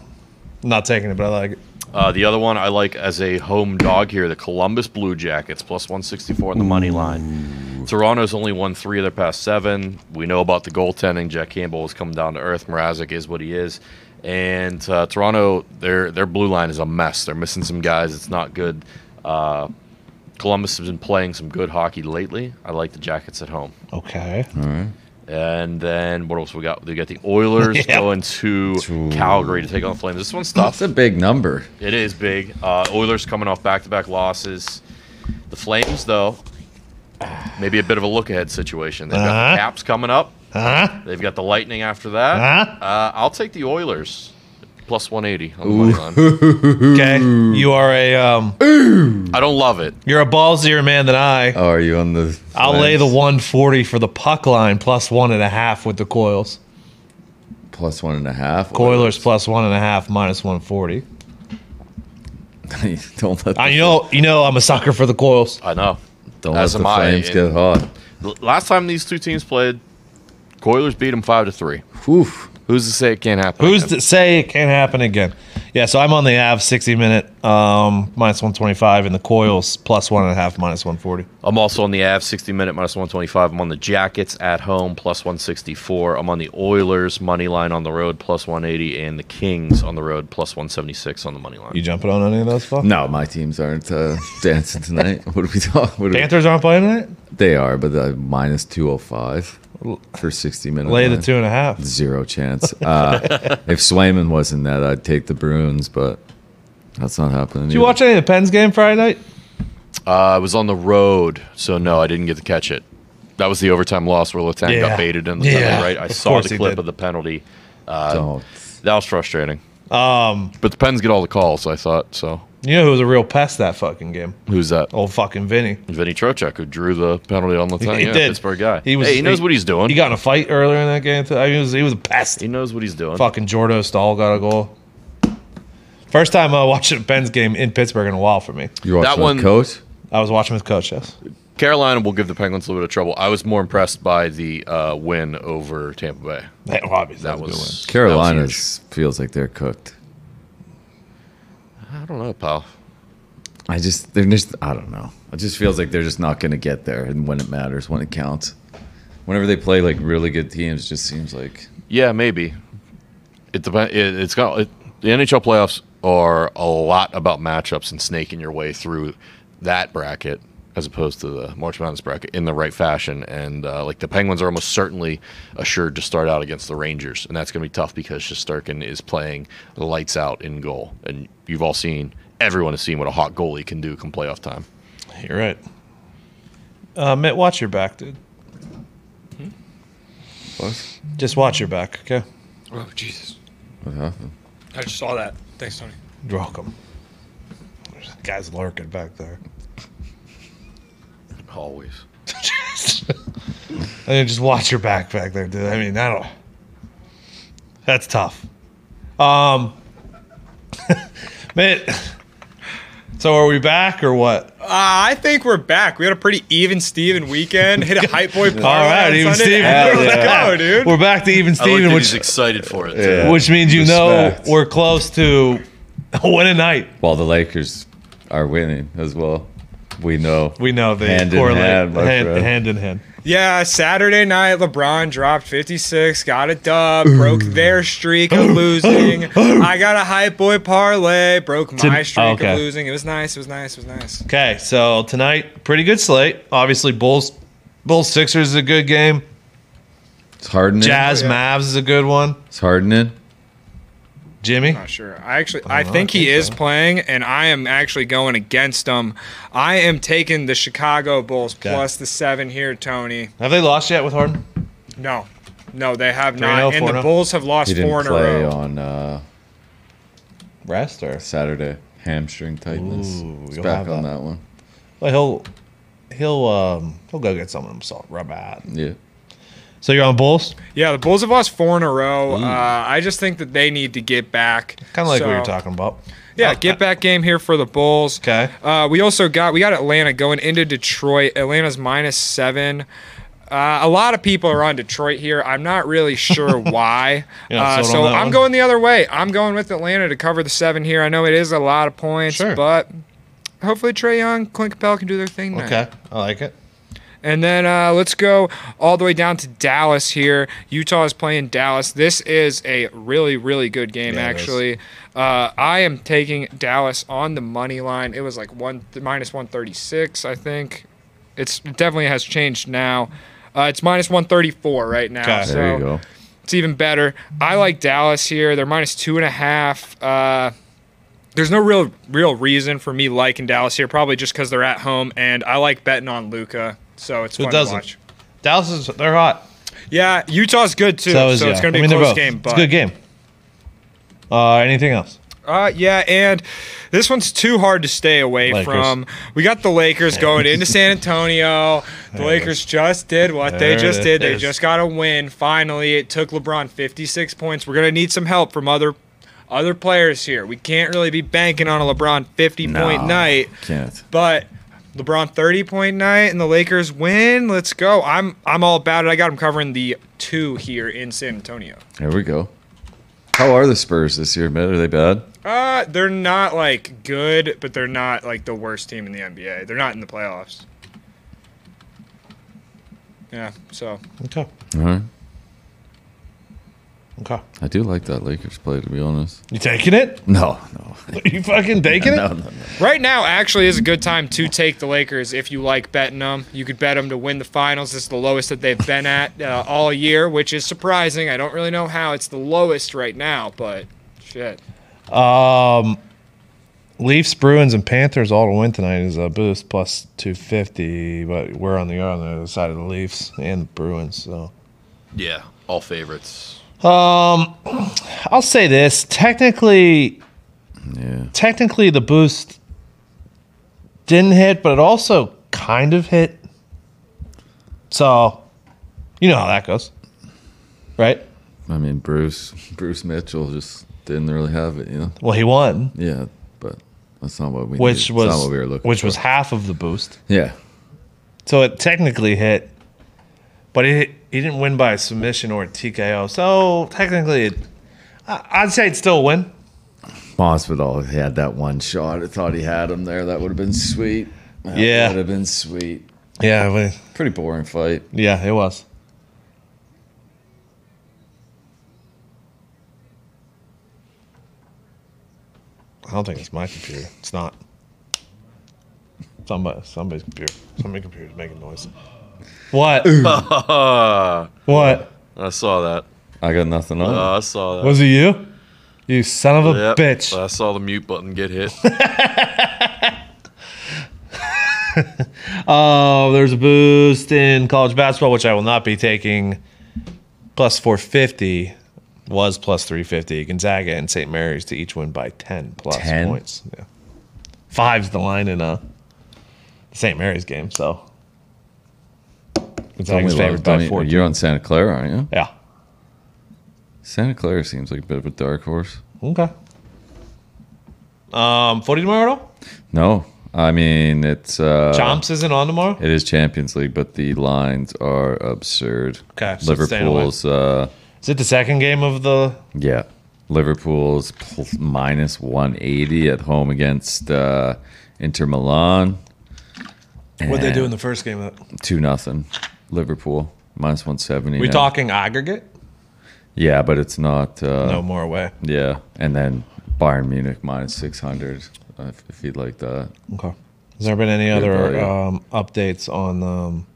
A: Not taking it, but I like it.
C: Uh, the other one I like as a home dog here, the Columbus Blue Jackets, plus 164 on the money line. Toronto's only won three of their past seven. We know about the goaltending. Jack Campbell has come down to earth. Mrazek is what he is. And uh, Toronto, their their blue line is a mess. They're missing some guys. It's not good. Uh, Columbus has been playing some good hockey lately. I like the Jackets at home.
A: Okay.
C: And then what else we got? We got the Oilers
A: Yeah.
C: going to
B: To-
C: Calgary to take on the Flames. This one's tough.
B: That's a big number.
C: It is big. Uh, Oilers coming off back-to-back losses. The Flames, though, Maybe a bit of a look ahead situation. They've got
A: Uh-huh.
C: the Caps coming up.
A: Huh?
C: They've got the Lightning after that.
A: Uh-huh.
C: Uh, I'll take the Oilers. Plus 180 on the money line.
A: Okay. You are a um,
C: I don't love it.
A: you're a ballsier man than I.
B: Oh, are you on the?
A: I'll lay the
B: Flames?
A: 140 for the puck line plus one and a half with the coils.
B: plus one and a half.
A: Coilers plus one and a half minus 140.
B: don't let. The,
A: I, you know, you know, I'm a sucker for the coils.
C: I know.
B: don't let
C: as
B: the
C: am I,
B: flames
C: and-
B: get hot.
C: L- Last time these two teams played, Coilers beat them 5 to 3.
B: Oof.
C: Who's to say it can't happen?
A: Who's
C: again?
A: to say it can't happen again? Yeah, so I'm on the Av 60 minute um, minus 125 and the coils plus one and a half minus 140.
C: I'm also on the Av 60 minute minus 125. I'm on the Jackets at home plus 164. I'm on the Oilers money line on the road plus 180 and the Kings on the road plus 176 on the money line.
A: You jumping on any of those? Fuck?
B: No, my teams aren't uh, dancing tonight. What are we talking? What are we-
A: Panthers aren't playing tonight.
B: they are, but uh, minus two hundred five for sixty minutes.
A: Lay the two and a half.
B: Zero chance. Uh, if Swayman wasn't that, I'd take the Bruins, but that's not happening.
A: Did you watch any of the Pens game Friday night?
C: Uh, I was on the road, so no, I didn't get to catch it. That was the overtime loss where Letang
A: Yeah.
C: got baited in the
A: Yeah.
C: penalty, right? I
A: Of
C: saw
A: course
C: the
A: he
C: clip
A: did.
C: of the penalty.
B: Don't.
C: That was frustrating. Um, but the Pens get all the calls, I thought. So
A: You know who was a real pest that fucking game?
C: who's that?
A: Old fucking Vinny.
C: Vinny Trochak, who drew the penalty on Letang.
A: He
C: yeah,
A: did.
C: Pittsburgh guy.
A: He was-
C: hey, he knows
A: he-
C: what he's doing.
A: He got in a fight earlier in that game. too. I mean, he was, he was a pest.
C: he knows what he's doing.
A: Fucking Jordo Stahl got a goal. First time uh, watching a Pens game in Pittsburgh in a while for me.
B: You watched
C: That
B: that
C: one-
B: one, coach?
A: I was watching with Coach, yes.
C: Carolina will give the Penguins a little bit of trouble. I was more impressed by the uh, win over Tampa Bay.
A: That, well, obviously,
C: That
A: that was a good win.
C: was
B: Carolina
C: that was huge.
B: feels like they're cooked.
C: I don't know, pal.
B: I just they're just I don't know. It just feels like they're just not going to get there, and when it matters, when it counts, whenever they play like really good teams, it just seems like
C: Yeah, maybe. It depends. It, it's got it, the NHL playoffs are a lot about matchups and snaking your way through that bracket as opposed to the March Madness bracket in the right fashion. And uh, like the Penguins are almost certainly assured to start out against the Rangers, and that's going to be tough because Shostakin is playing lights out in goal, and you've all seen. Everyone has seen what a hot goalie can do come playoff time.
A: You're right. Uh, Mitt, watch your back, dude. Hmm?
B: what?
A: Just watch your back, okay?
D: Oh Jesus!
B: What happened?
D: I just saw that. Thanks, Tony.
A: You're welcome. There's guys lurking back there.
C: Always.
A: I mean, just watch your back back there, dude. I mean, I don't. That's tough. Um, Mitt. So are we back or what?
D: Uh, I think we're back. We had a pretty even Steven weekend. Hit a hype boy parlay.
A: All right,
D: on
A: even
D: Sunday.
A: Steven.
D: Let's
A: Yeah.
D: go, dude.
A: We're back to even Steven, which
C: excited for it.
A: which means you
B: Respect.
A: know we're close to win a night.
B: While the Lakers are winning as well, we know
A: We know they
B: Hand in
A: correlate
B: hand, my
A: hand,
B: friend.
A: hand in hand.
D: Yeah, Saturday night, LeBron dropped 56, got a dub, broke their streak of losing. I got a hype boy parlay, broke my
A: Didn't-
D: streak
A: okay.
D: of losing. It was nice, it was nice, it was nice.
A: Okay, so tonight, pretty good slate. Obviously, Bulls, Bulls Sixers is a good game.
B: it's hardening.
A: Jazz
D: Oh, yeah.
A: Mavs is a good one.
B: It's hardening.
A: Jimmy,
D: Not sure. I actually,
A: I
D: I
A: don't
D: think he
A: think
D: is
A: so.
D: playing, and I am actually going against him. I am taking the Chicago Bulls plus the seven here, Tony.
A: have they lost yet with Harden?
D: No, no, they have
A: 3-0,
D: not. And the
A: 4-0.
D: Bulls have lost
B: He
D: four
B: didn't
D: in a
B: play
D: row.
B: on uh,
A: Rest or
B: Saturday. Hamstring tightness.
A: Ooh,
B: It's
A: you'll
B: back
A: have
B: on
A: that.
B: that one.
A: well, he'll he'll um he'll go get some of them salt rub out.
B: Yeah.
A: So you're on Bulls,
D: Yeah, the Bulls have lost four in a row. Uh, I just think that they need to get back.
A: kind of like what
D: So-
A: you're talking about.
D: Yeah, get back game here for the Bulls.
A: Okay.
D: Uh, we also got we got Atlanta going into Detroit. Atlanta's minus seven. Uh, a lot of people are on Detroit here. I'm not really sure why.
A: You're not
D: Uh,
A: sold
D: so
A: on that
D: I'm
A: one?
D: going the other way. I'm going with Atlanta to cover the seven here. I know it is a lot of points,
A: Sure.
D: but hopefully Trey Young, Clint Capella can do their thing. tonight.
A: Okay, I like it.
D: And then uh, let's go all the way down to Dallas here. Utah is playing Dallas. This is a really, really good game,
A: Yeah, it is.
D: actually. Uh, I am taking Dallas on the money line. It was like one th- minus 136, I think. It's, it definitely has changed now. Uh, it's minus 134 right now.
A: Okay.
D: So
B: There you go.
D: it's even better. I like Dallas here. They're minus two and a half. Uh, there's no real real reason for me liking Dallas here. Probably just because they're at home, and I like betting on Luca. So it's
A: Who
D: fun
A: doesn't?
D: to watch.
A: Dallas is they're hot.
D: Yeah, Utah's good too.
A: So
D: So,
A: is yeah.
D: it's going to
A: I
D: be
A: mean,
D: a
A: they're
D: close
A: both-
D: game. But,
A: It's a good game. Uh, anything else?
D: Uh, yeah, and this one's too hard to stay away
A: Lakers.
D: from. We got the Lakers going into San Antonio. The Lakers just did what
A: There
D: they just
A: it
D: did. They
A: is.
D: just got a win. Finally, it took LeBron 56 points. We're gonna need some help from other other players here. We can't really be banking on a LeBron 50 point night.
B: Can't.
D: But LeBron 30 point night and the Lakers win. Let's go. I'm I'm all about it. I got him covering the two here in San Antonio.
B: There we go. How are the Spurs this year, man? Are they bad?
D: Uh, they're not like good, but they're not like the worst team in the NBA. They're not in the playoffs. Yeah, so
A: Okay.
B: All right.
A: Okay.
B: I do like that Lakers play, to be honest.
A: You taking it?
B: No, no.
A: You fucking taking
B: no,
A: it?
B: no, no.
D: right now actually is a good time to take the Lakers if you like betting them. You could bet them to win the finals. This is the lowest that they've been at uh, all year, which is surprising. I don't really know how it's the lowest right now, but shit.
A: Leafs, Bruins, and Panthers all to win tonight is a boost plus two fifty, but we're on the on the other side of the Leafs and the Bruins, so
C: Yeah, all favorites.
A: I'll say this. Technically
B: Yeah.
A: technically the boost didn't hit, but it also kind of hit. So you know how that goes. Right?
B: I mean, Bruce Bruce Mitchell just didn't really have it, you know.
A: Well he won.
B: Yeah, but that's not what we
A: Which
B: needed.
A: was
B: That's not what we were looking
A: which
B: for.
A: was half of the boost.
B: yeah.
A: So it technically hit, but it he didn't win by submission or TKO. So technically, it, I- I'd say it's still a win.
B: Masvidal had that one shot. I thought he had him there. That would have been sweet. That
A: Yeah.
B: would have been sweet.
A: Yeah, but,
B: Pretty boring fight.
A: yeah, it was. I don't think it's my computer. It's not. Somebody, somebody's computer. Somebody's computer's making noise. What?
C: Ah,
A: what?
C: I saw that.
B: I got nothing on.
C: Ah, I saw that.
A: Was it you? You son of a
C: Yep,
A: bitch.
C: I saw the mute button get hit.
A: Oh, there's a boost in college basketball, which I will not be taking. Plus 450 was plus 350. Gonzaga and St. Mary's to each win by 10 plus
B: 10?
A: points. Yeah. Five's the line in uh, St. Mary's game, so.
B: Don't
A: Gonzaga's
B: we love-
A: favored
B: don't
A: by
B: you-
A: 4
B: You're on Santa Clara, aren't you?
A: Yeah.
B: Santa Clara seems like a bit of a dark horse.
A: Okay. Um, footy tomorrow? at all?
B: No, I mean it's uh,
A: Chomps isn't on tomorrow?
B: It is Champions League, but the lines are absurd.
A: Okay, so it's staying away.
B: Liverpool's uh,
A: Is it the second game of the.
B: yeah, Liverpool's pl- minus one eighty at home against uh, Inter Milan.
A: What'd they do in
B: And
A: the first game of it?
B: two nothing? Liverpool minus one seventy.
A: We talking aggregate?
B: Yeah, but it's not. Uh,
A: No more way.
B: Yeah, and then Bayern Munich minus six hundred. Uh, if, if you'd like that.
A: Okay. Has there been any
B: bro,
A: other
B: yeah.
A: um, updates on um,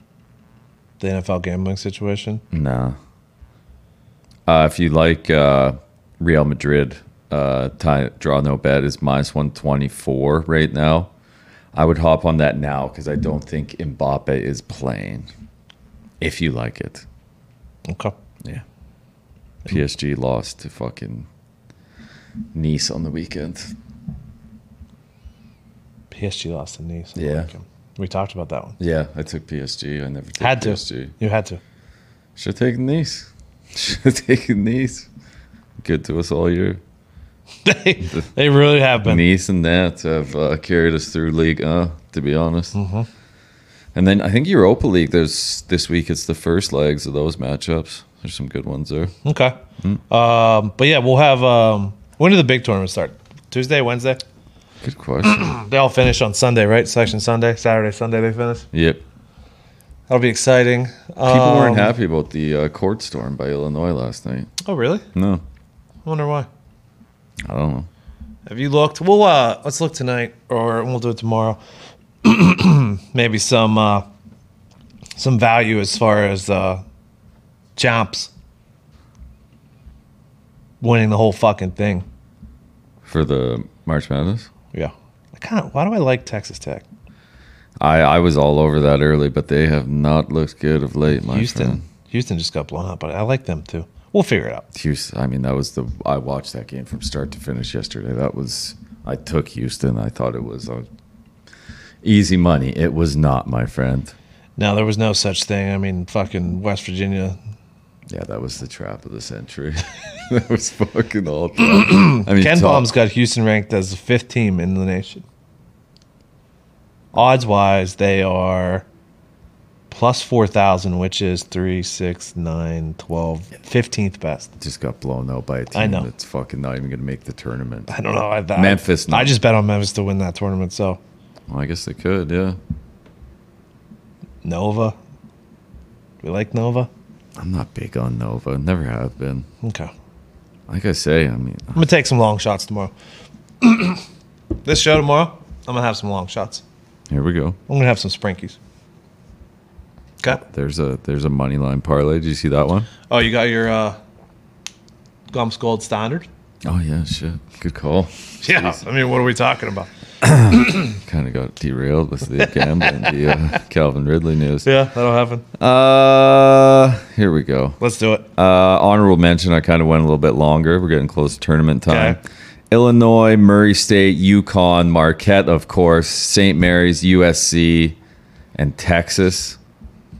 A: the NFL gambling situation?
B: No. Uh, if you like uh, Real Madrid, uh, tie, draw no bet is minus 124 right now. I would hop on that now because I don't think Mbappe is playing. If you like it. Mm.
A: Okay.
B: Yeah. PSG lost to fucking Nice on the weekend.
A: PSG lost to Nice. I
B: Yeah.
A: like him. We talked about that one.
B: Yeah, I took PSG. I never took
A: Had to.
B: PSG.
A: You had to.
B: Should have taken Nice. Should have taken Nice. Good to us all year.
A: they, they really have been.
B: Nice and that have uh, carried us through league, uh, to be honest. And then I think Europa League. There's this week. It's the first legs of those matchups. There's some good ones there.
A: Okay.
B: Mm.
A: Um, but yeah, we'll have. Um, when do the big tournaments start? Tuesday, Wednesday?
B: Good question.
A: They all finish on Sunday, right? Selection Sunday, Saturday, Sunday, they finish.
B: yep.
A: That'll be exciting.
B: People
A: Um,
B: weren't happy about the uh, court storm by Illinois last night.
A: Oh, really?
B: No,
A: I wonder why.
B: I don't know.
A: Have you looked? We'll uh, let's look tonight, or we'll do it tomorrow. Maybe some uh, some value as far as uh, Jomps winning the whole fucking thing.
B: For the March Madness,
A: Yeah, I kind of. Why do I like Texas Tech?
B: I, I was all over that early, but they have not looked good of late, my
A: Houston.
B: friend.
A: Houston just got blown out, but I like them too. We'll figure it out.
B: Houston. I mean, that was the I watched that game from start to finish yesterday. That was I took Houston. I thought it was uh easy money. It was not, my friend.
A: Now there was no such thing. I mean, fucking West Virginia.
B: Yeah, that was the trap of the century. that was fucking all. time. I mean,
A: Ken
B: top-
A: Palm's got Houston ranked as the fifth team in the nation. Odds wise, they are plus 4,000, which is 3, 6, 9, 12, 15th best.
B: just got blown out by a team
A: I know.
B: that's fucking not even going to make the tournament.
A: I don't know. I, I,
B: Memphis, no.
A: I just bet on Memphis to win that tournament. So
B: Well, I guess they could. Yeah,
A: Nova. We like Nova.
B: I'm not big on Nova. Never have been.
A: Okay. I'm
B: Like I say, I mean,
A: gonna take some long shots tomorrow. this show tomorrow, I'm gonna have some long shots.
B: here we go.
A: I'm gonna have some sprinkies. Okay.
B: There's a there's a money line parlay. Did you see that one?
A: Oh, you got your uh, Gumps Gold Standard?
B: Oh yeah, shit. Good call.
A: Yeah. I mean, what are we talking about?
B: Kind of got derailed with the gambling, the uh, Calvin Ridley news.
A: Yeah, that'll happen.
B: Uh, here we go.
A: Let's do it.
B: Uh, honorable mention. I kind of went a little bit longer. We're getting close to tournament time.
A: Okay.
B: Illinois, Murray State, Yukon, Marquette, of course, St. Mary's, USC, and Texas.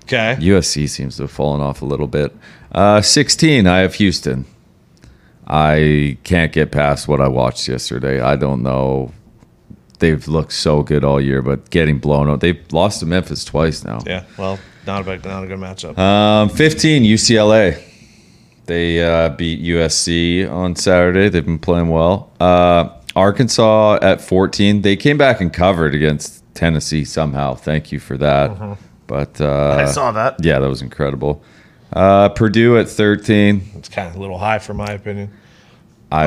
A: Okay.
B: USC seems to have fallen off a little bit. Uh, 16, I have Houston. I can't get past what I watched yesterday. I don't know. They've looked so good all year, but getting blown out. They've lost to Memphis twice now.
A: yeah. Well, not a big, not a good matchup.
B: Um, 15, UCLA. They uh, beat USC on Saturday. They've been playing well. Uh, Arkansas at 14. They came back and covered against Tennessee somehow. Thank you for that. But uh,
A: Mm-hmm. I saw that.
B: yeah, that was incredible. Uh, Purdue at 13.
A: It's kind of a little high for my opinion.
B: I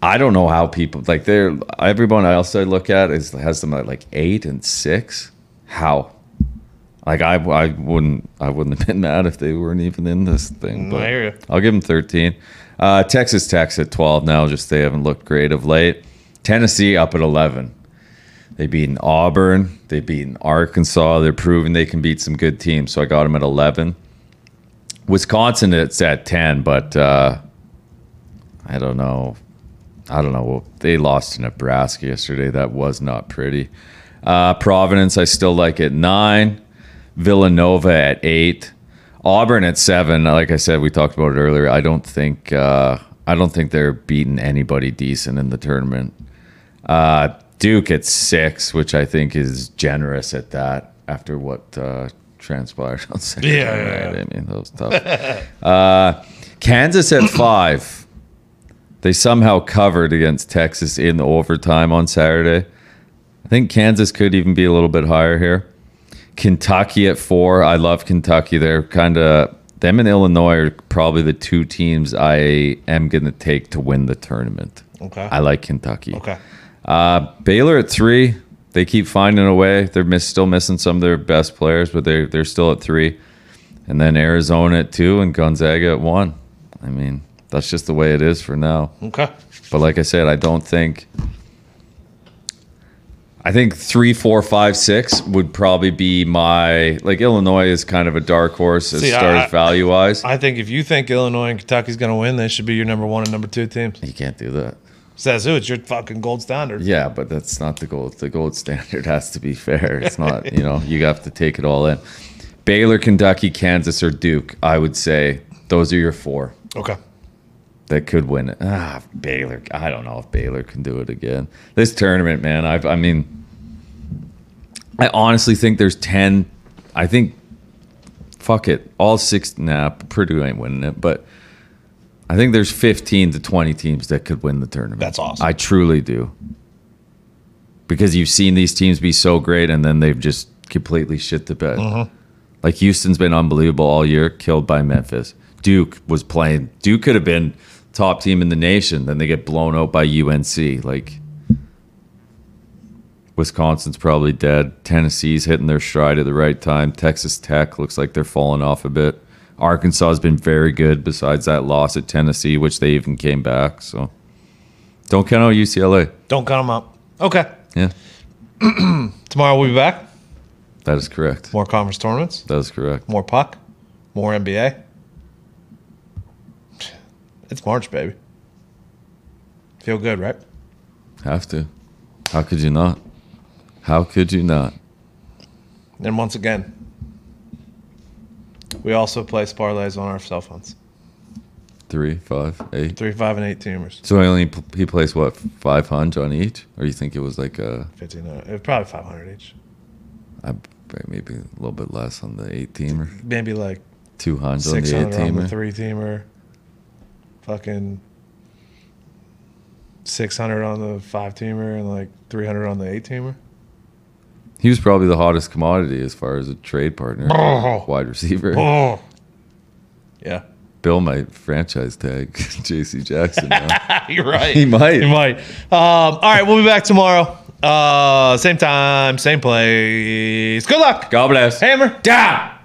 B: I don't know how people like they're everyone else I look at is has them at like eight and six. How? Like I, I wouldn't I wouldn't have been mad if they weren't even in this thing.
A: I
B: But
A: hear ya.
B: I'll give them thirteen. Uh, Texas Tech's at twelve now. Just they haven't looked great of late. Tennessee up at eleven. They beaten Auburn. They beaten Arkansas. They're proving they can beat some good teams. So I got them at eleven. Wisconsin, it's at ten, but uh, I don't know. I don't know. They lost to Nebraska yesterday. That was not pretty. Uh, Providence, I still like at nine. Villanova at eight. Auburn at seven. Like I said, we talked about it earlier. I don't think uh, I don't think they're beating anybody decent in the tournament. Uh, Duke at six, which I think is generous at that after what uh, transpired on Saturday.
A: Yeah, yeah,
B: night. I mean that was tough. uh, Kansas at five. They somehow covered against Texas in overtime on Saturday. I think Kansas could even be a little bit higher here. Kentucky at four. I love Kentucky. They're kind of them and Illinois are probably the two teams I am going to take to win the tournament.
A: Okay.
B: I like Kentucky.
A: okay.
B: Uh, Baylor at three. They keep finding a way. They're miss, still missing some of their best players, but they're they're still at three. And then Arizona at two and Gonzaga at one. I mean, that's just the way it is for now.
A: Okay.
B: But like I said, I don't think. I think three, four, five, six would probably be my like Illinois is kind of a dark horse as
A: See, I-
B: stars
A: I-
B: value wise.
A: I think if you think Illinois and Kentucky's going to win, they should be your number one and number two teams.
B: You can't do that.
A: Says who? It's your fucking gold standard.
B: Yeah, but that's not the gold. The gold standard has to be fair. It's not, you know, you have to take it all in. Baylor, Kentucky, Kansas, or Duke, I would say those are your four
A: Okay.
B: that could win it. Ah, Baylor. I don't know if Baylor can do it again. This tournament, man. I've, I mean, I honestly think there's 10. I think, fuck it. All six. Nah, Purdue ain't winning it, but I think there's 15 to 20 teams that could win the tournament.
A: That's awesome.
B: I truly do. Because you've seen these teams be so great and then they've just completely shit the bed. Like Houston's been unbelievable all year, killed by Memphis. Duke was playing. Duke could have been top team in the nation. Then they get blown out by UNC. Like Wisconsin's probably dead. Tennessee's hitting their stride at the right time. Texas Tech looks like they're falling off a bit. Arkansas has been very good besides that loss at Tennessee, which they even came back. So don't count out UCLA.
A: Don't count them out. Okay.
B: Yeah.
A: Tomorrow we'll be back.
B: That is correct.
A: More conference tournaments,
B: That is correct.
A: more puck, more NBA. It's March, baby. Feel good, right?
B: Have to. How could you not? How could you not?
A: And once again, we also place parlays on our cell phones.
B: Three, five, eight.
A: Three, five, and eight teamers.
B: So he only he plays what five hundred on each, or you think it was like uh,
A: Fifteen. uh, uh, Probably five hundred each.
B: I- maybe a little bit less on the eight teamer,
A: Maybe like
B: two hundred on
A: six
B: the eight
A: hundred on the
B: teamer.
A: three teamer. Fucking six hundred on the five teamer and like three hundred on the eight teamer.
B: He was probably the hottest commodity as far as a trade partner,
A: Oh.
B: wide receiver.
A: Oh. Yeah.
B: Bill might franchise tag J.C. Jackson. now.
A: You're right.
B: He might.
A: He might. Um, all right, we'll be back tomorrow. Uh, same time, same place. Good luck.
B: God bless.
A: Hammer down.